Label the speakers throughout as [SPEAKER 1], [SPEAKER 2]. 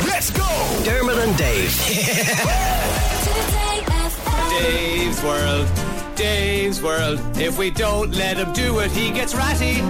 [SPEAKER 1] Let's go!
[SPEAKER 2] Dermot and Dave.
[SPEAKER 3] Today FM.
[SPEAKER 4] Dave's World. Dave's World. If we don't let him do it, he gets ratty.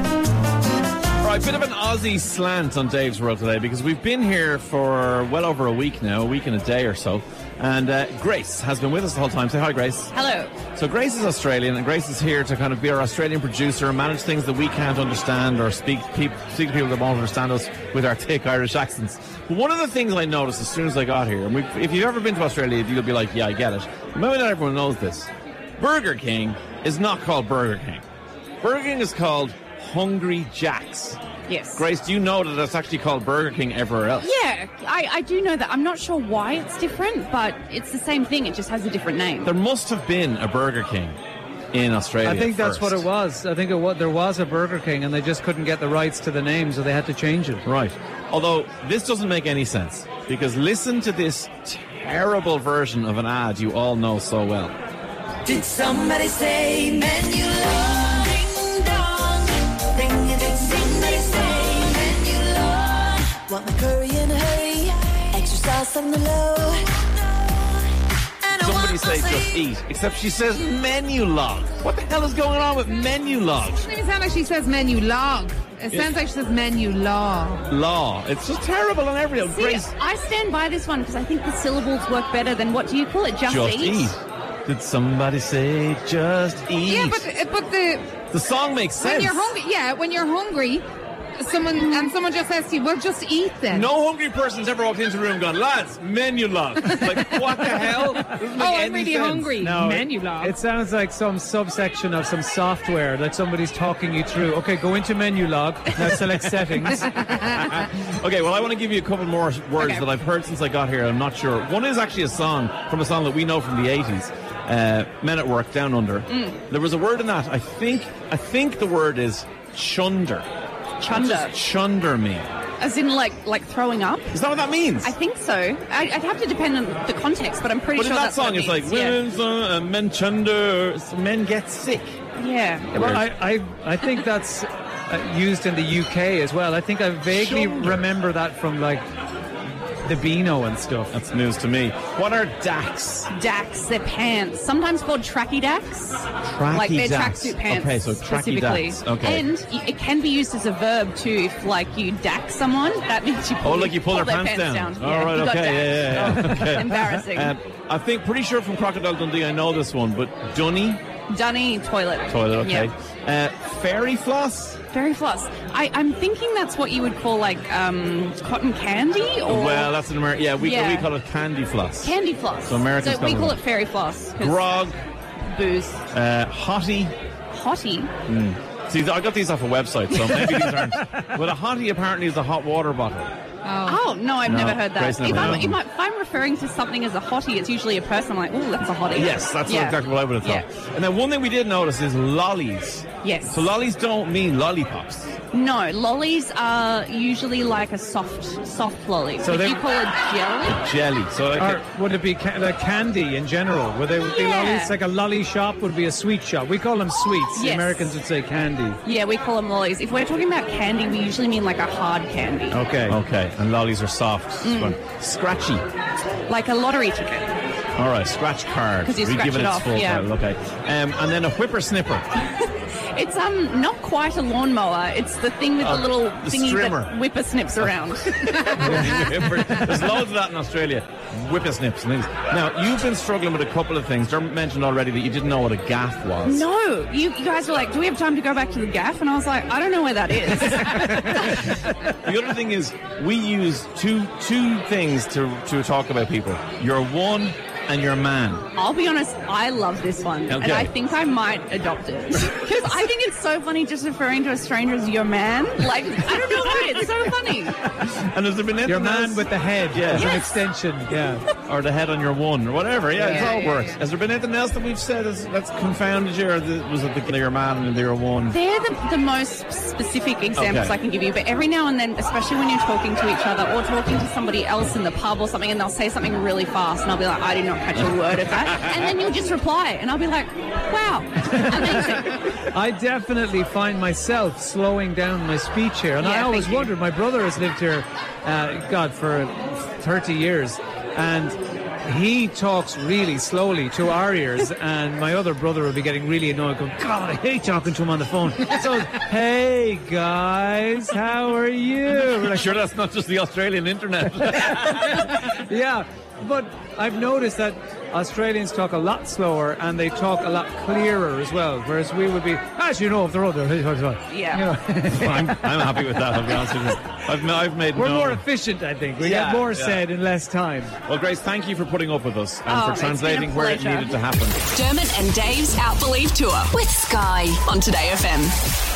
[SPEAKER 4] All right, bit of an Aussie slant on Dave's World today because we've been here for well over a week now, a week and a day or so. And uh, Grace has been with us the whole time. Say hi, Grace.
[SPEAKER 5] Hello.
[SPEAKER 4] So Grace is Australian, and Grace is here to kind of be our Australian producer and manage things that we can't understand or speak peop speak to people that won't understand us with our thick Irish accents. But one of the things I noticed as soon as I got here, and we, if you've ever been to Australia, you'll be like, "Yeah, I get it." But maybe not everyone knows this. Burger King is not called Burger King. Burger King is called Hungry Jack's.
[SPEAKER 5] Yes.
[SPEAKER 4] Grace, do you know that it's actually called Burger King everywhere else?
[SPEAKER 5] Yeah, I, I do know that. I'm not sure why it's different, but it's the same thing. It just has a different name.
[SPEAKER 4] There must have been a Burger King in Australia.
[SPEAKER 6] I think that's what
[SPEAKER 4] first.
[SPEAKER 6] it was. I think it was, there was a Burger King and they just couldn't get the rights to the name, so they had to change it.
[SPEAKER 4] Right. Although this doesn't make any sense because listen to this terrible version of an ad you all know so well.
[SPEAKER 7] Did somebody say menu law? Ding dong. Ring a ding ding they say menu law. Want my curry in a hurry. Extra sauce on the low. And I
[SPEAKER 4] Somebody
[SPEAKER 7] want my
[SPEAKER 4] says just
[SPEAKER 7] sleeve.
[SPEAKER 4] eat, except she says menu log. What the hell is going on with menu log?
[SPEAKER 8] It sounds like she says menu log. It sounds like she says menu law.
[SPEAKER 4] Law. It's just terrible on every
[SPEAKER 5] See,
[SPEAKER 4] Grace.
[SPEAKER 5] I stand by this one because I think the syllables work better than what do you call it? Just,
[SPEAKER 4] Just
[SPEAKER 5] eat.
[SPEAKER 4] eat. Did somebody say just eat?
[SPEAKER 8] Yeah, but
[SPEAKER 5] uh,
[SPEAKER 8] the- but the
[SPEAKER 4] the song makes
[SPEAKER 8] when
[SPEAKER 4] sense.
[SPEAKER 8] you're hungry, yeah, when you're hungry, someone and someone just says to you, "Well, just eat then."
[SPEAKER 4] No hungry person's ever walked into a room and gone, lads, menu log. like, what the hell? Doesn't make
[SPEAKER 8] oh, I'm
[SPEAKER 4] any
[SPEAKER 8] really
[SPEAKER 4] sense.
[SPEAKER 8] hungry.
[SPEAKER 6] No,
[SPEAKER 8] menu
[SPEAKER 6] it-
[SPEAKER 8] log.
[SPEAKER 6] It, sounds like some subsection of some software that somebody's talking you through. Okay, go into menu log. Now select settings.
[SPEAKER 4] Okay, well, I want to give you a couple more words
[SPEAKER 8] Okay.
[SPEAKER 4] that I've heard since I got here. I'm not sure. One is actually a song from a song that we know from the 80s, uh, "Men at Work Down Under."
[SPEAKER 5] Mm.
[SPEAKER 4] There was a word in that. I think I think the word is chunder. What
[SPEAKER 5] Chunder.
[SPEAKER 4] does chunder mean?
[SPEAKER 5] As in, like, like throwing up?
[SPEAKER 4] Is that what that means?
[SPEAKER 5] I think so. I, I'd have to depend on the context, but I'm pretty
[SPEAKER 4] but in
[SPEAKER 5] sure
[SPEAKER 4] that
[SPEAKER 5] that's what
[SPEAKER 4] song,
[SPEAKER 5] it
[SPEAKER 4] it's like
[SPEAKER 5] means. Yeah.
[SPEAKER 4] women's uh, and men chunder, so men get sick.
[SPEAKER 5] Yeah.
[SPEAKER 6] well, I, I, I think that's uh, used in the UK as well. I think I vaguely
[SPEAKER 4] Shoulder.
[SPEAKER 6] remember that from like the Beano and stuff.
[SPEAKER 4] That's news to me. What are dacs?
[SPEAKER 5] Dax, their pants, sometimes called tracky dax.
[SPEAKER 4] Tracky
[SPEAKER 5] like their
[SPEAKER 4] dacs.
[SPEAKER 5] tracksuit pants.
[SPEAKER 4] Okay, so tracky
[SPEAKER 5] specifically.
[SPEAKER 4] dacs. Okay.
[SPEAKER 5] And y- it can be used as a verb too. If like you dax someone, that means you pull,
[SPEAKER 4] Oh, look, you pull their pants, down. All
[SPEAKER 5] Yeah,
[SPEAKER 4] right,
[SPEAKER 5] you got
[SPEAKER 4] okay, yeah,
[SPEAKER 5] daxed.
[SPEAKER 4] yeah, yeah. okay.
[SPEAKER 5] Embarrassing.
[SPEAKER 4] Um, I think pretty sure from Crocodile Dundee I know this one, but Dunny
[SPEAKER 5] Dunny toilet.
[SPEAKER 4] toilet, okay.
[SPEAKER 5] Yeah.
[SPEAKER 4] Uh, fairy floss?
[SPEAKER 5] Fairy floss. I, I'm thinking that's what you would call like um, cotton candy or
[SPEAKER 4] well, that's an American. Yeah, we
[SPEAKER 5] Oh. Yeah.
[SPEAKER 4] we call it candy floss.
[SPEAKER 5] candy floss.
[SPEAKER 4] So Americans
[SPEAKER 5] So we
[SPEAKER 4] call
[SPEAKER 5] call
[SPEAKER 4] it-
[SPEAKER 5] it fairy floss. 'cause
[SPEAKER 4] Grog,
[SPEAKER 5] Booze.
[SPEAKER 4] uh, hottie.
[SPEAKER 5] Hottie.
[SPEAKER 4] See, th- I got these off a website, so maybe these aren't. But a hottie apparently is a hot water bottle.
[SPEAKER 5] Oh no, I've
[SPEAKER 4] No,
[SPEAKER 5] never heard that.
[SPEAKER 4] Grace
[SPEAKER 5] If
[SPEAKER 4] never
[SPEAKER 5] I'm,
[SPEAKER 4] heard
[SPEAKER 5] if
[SPEAKER 4] that.
[SPEAKER 5] I'm- if I'm referring to something as a hottie, it's usually a person. I'm like, oh, that's a hottie.
[SPEAKER 4] Yes, that's
[SPEAKER 5] Yeah.
[SPEAKER 4] exactly what I would have thought.
[SPEAKER 5] Yeah.
[SPEAKER 4] And then one thing we did notice is lollies.
[SPEAKER 5] Yes.
[SPEAKER 4] So lollies don't mean lollipops.
[SPEAKER 5] No, lollies are usually like a soft, soft lolly.
[SPEAKER 6] So
[SPEAKER 5] Would
[SPEAKER 6] they-
[SPEAKER 5] you call it jelly?
[SPEAKER 4] Jelly. So like,
[SPEAKER 6] Or would it be ca- like candy in general? Would they would be
[SPEAKER 5] Yeah.
[SPEAKER 6] lollies? Like a lolly shop would be a sweet shop. We call them sweets. The
[SPEAKER 5] Yes.
[SPEAKER 6] Americans would say candy.
[SPEAKER 5] Yeah, we call them lollies. If we're talking about candy, we usually mean like a hard candy,
[SPEAKER 4] Oh.
[SPEAKER 6] Okay.
[SPEAKER 4] okay, and lollies are soft.
[SPEAKER 5] Mm.
[SPEAKER 4] Well, Scratchy.
[SPEAKER 5] like a lottery ticket.
[SPEAKER 4] All right, scratch card.
[SPEAKER 5] 'Cause you
[SPEAKER 4] we
[SPEAKER 5] scratch
[SPEAKER 4] give it,
[SPEAKER 5] it
[SPEAKER 4] its
[SPEAKER 5] off,
[SPEAKER 4] full
[SPEAKER 5] yeah.
[SPEAKER 4] title. Okay, um, and then a whippersnipper.
[SPEAKER 5] It's um not quite a lawnmower. It's the thing with
[SPEAKER 4] Oh,
[SPEAKER 5] the little
[SPEAKER 4] the
[SPEAKER 5] thingy
[SPEAKER 4] strimmer. Oh.
[SPEAKER 5] that whipper snips around.
[SPEAKER 4] There's loads of that in Australia. Whippersnips and things. Now you've been struggling with a couple of things. Dermot mentioned already that you didn't know what a gaff was.
[SPEAKER 5] no, you, you guys were like, "Do we have time to go back to the gaff?" And I was like, "I don't know where that is."
[SPEAKER 4] The other thing is we use two two things to to talk about people. You're one and you're man.
[SPEAKER 5] I'll be honest, I love this one,
[SPEAKER 4] Okay.
[SPEAKER 5] and I think I might adopt it because I think it's so funny just referring to a stranger as your man. Like I don't know why it's so funny.
[SPEAKER 4] And has there been anything
[SPEAKER 6] Your man
[SPEAKER 4] else-
[SPEAKER 6] with the head
[SPEAKER 4] Yeah.
[SPEAKER 6] as
[SPEAKER 5] Yes.
[SPEAKER 6] an extension. Yeah.
[SPEAKER 4] or the head on your one or whatever. Yeah, it's
[SPEAKER 8] Yeah,
[SPEAKER 4] all
[SPEAKER 8] yeah,
[SPEAKER 4] works.
[SPEAKER 8] yeah.
[SPEAKER 4] Has there been anything else that we've said that's, that's confounded you, or that- was it the your man and your one?
[SPEAKER 5] They're the, the most specific examples
[SPEAKER 4] Okay.
[SPEAKER 5] I can give you, but every now and then, especially when you're talking to each other or talking to somebody else in the pub or something, and they'll say something really fast, and I'll be like, I did not catch a word of that. And then you'll just reply, and I'll be like, wow, amazing.
[SPEAKER 6] I definitely find myself slowing down my speech here. And
[SPEAKER 5] Yeah,
[SPEAKER 6] I always
[SPEAKER 5] thank you.
[SPEAKER 6] wondered, my brother has lived here, uh, God, for 30 years, and he talks really slowly to our ears. and my other brother will be getting really annoyed, going, "God, I hate talking to him on the phone." So, hey guys, how are you? We're like,
[SPEAKER 4] Sure, that's not just the Australian internet.
[SPEAKER 6] yeah, but I've noticed that Australians talk a lot slower and they talk a lot clearer as well, whereas we would be, as you know, if they're older,
[SPEAKER 5] Yeah.
[SPEAKER 4] I'm, I'm happy with that. I'll be honest with you. I've, no- I've made
[SPEAKER 6] we're
[SPEAKER 4] no.
[SPEAKER 6] more efficient, I think. We
[SPEAKER 4] Yeah,
[SPEAKER 6] get more
[SPEAKER 4] yeah.
[SPEAKER 6] said in less time.
[SPEAKER 4] well, Grace, thank you for putting up with us and
[SPEAKER 5] Oh,
[SPEAKER 4] for
[SPEAKER 5] it's been a
[SPEAKER 4] translating where it
[SPEAKER 5] pleasure.
[SPEAKER 4] needed to happen.
[SPEAKER 1] Dermot and Dave's Out Believe Tour
[SPEAKER 7] With Sky.
[SPEAKER 1] on Today FM.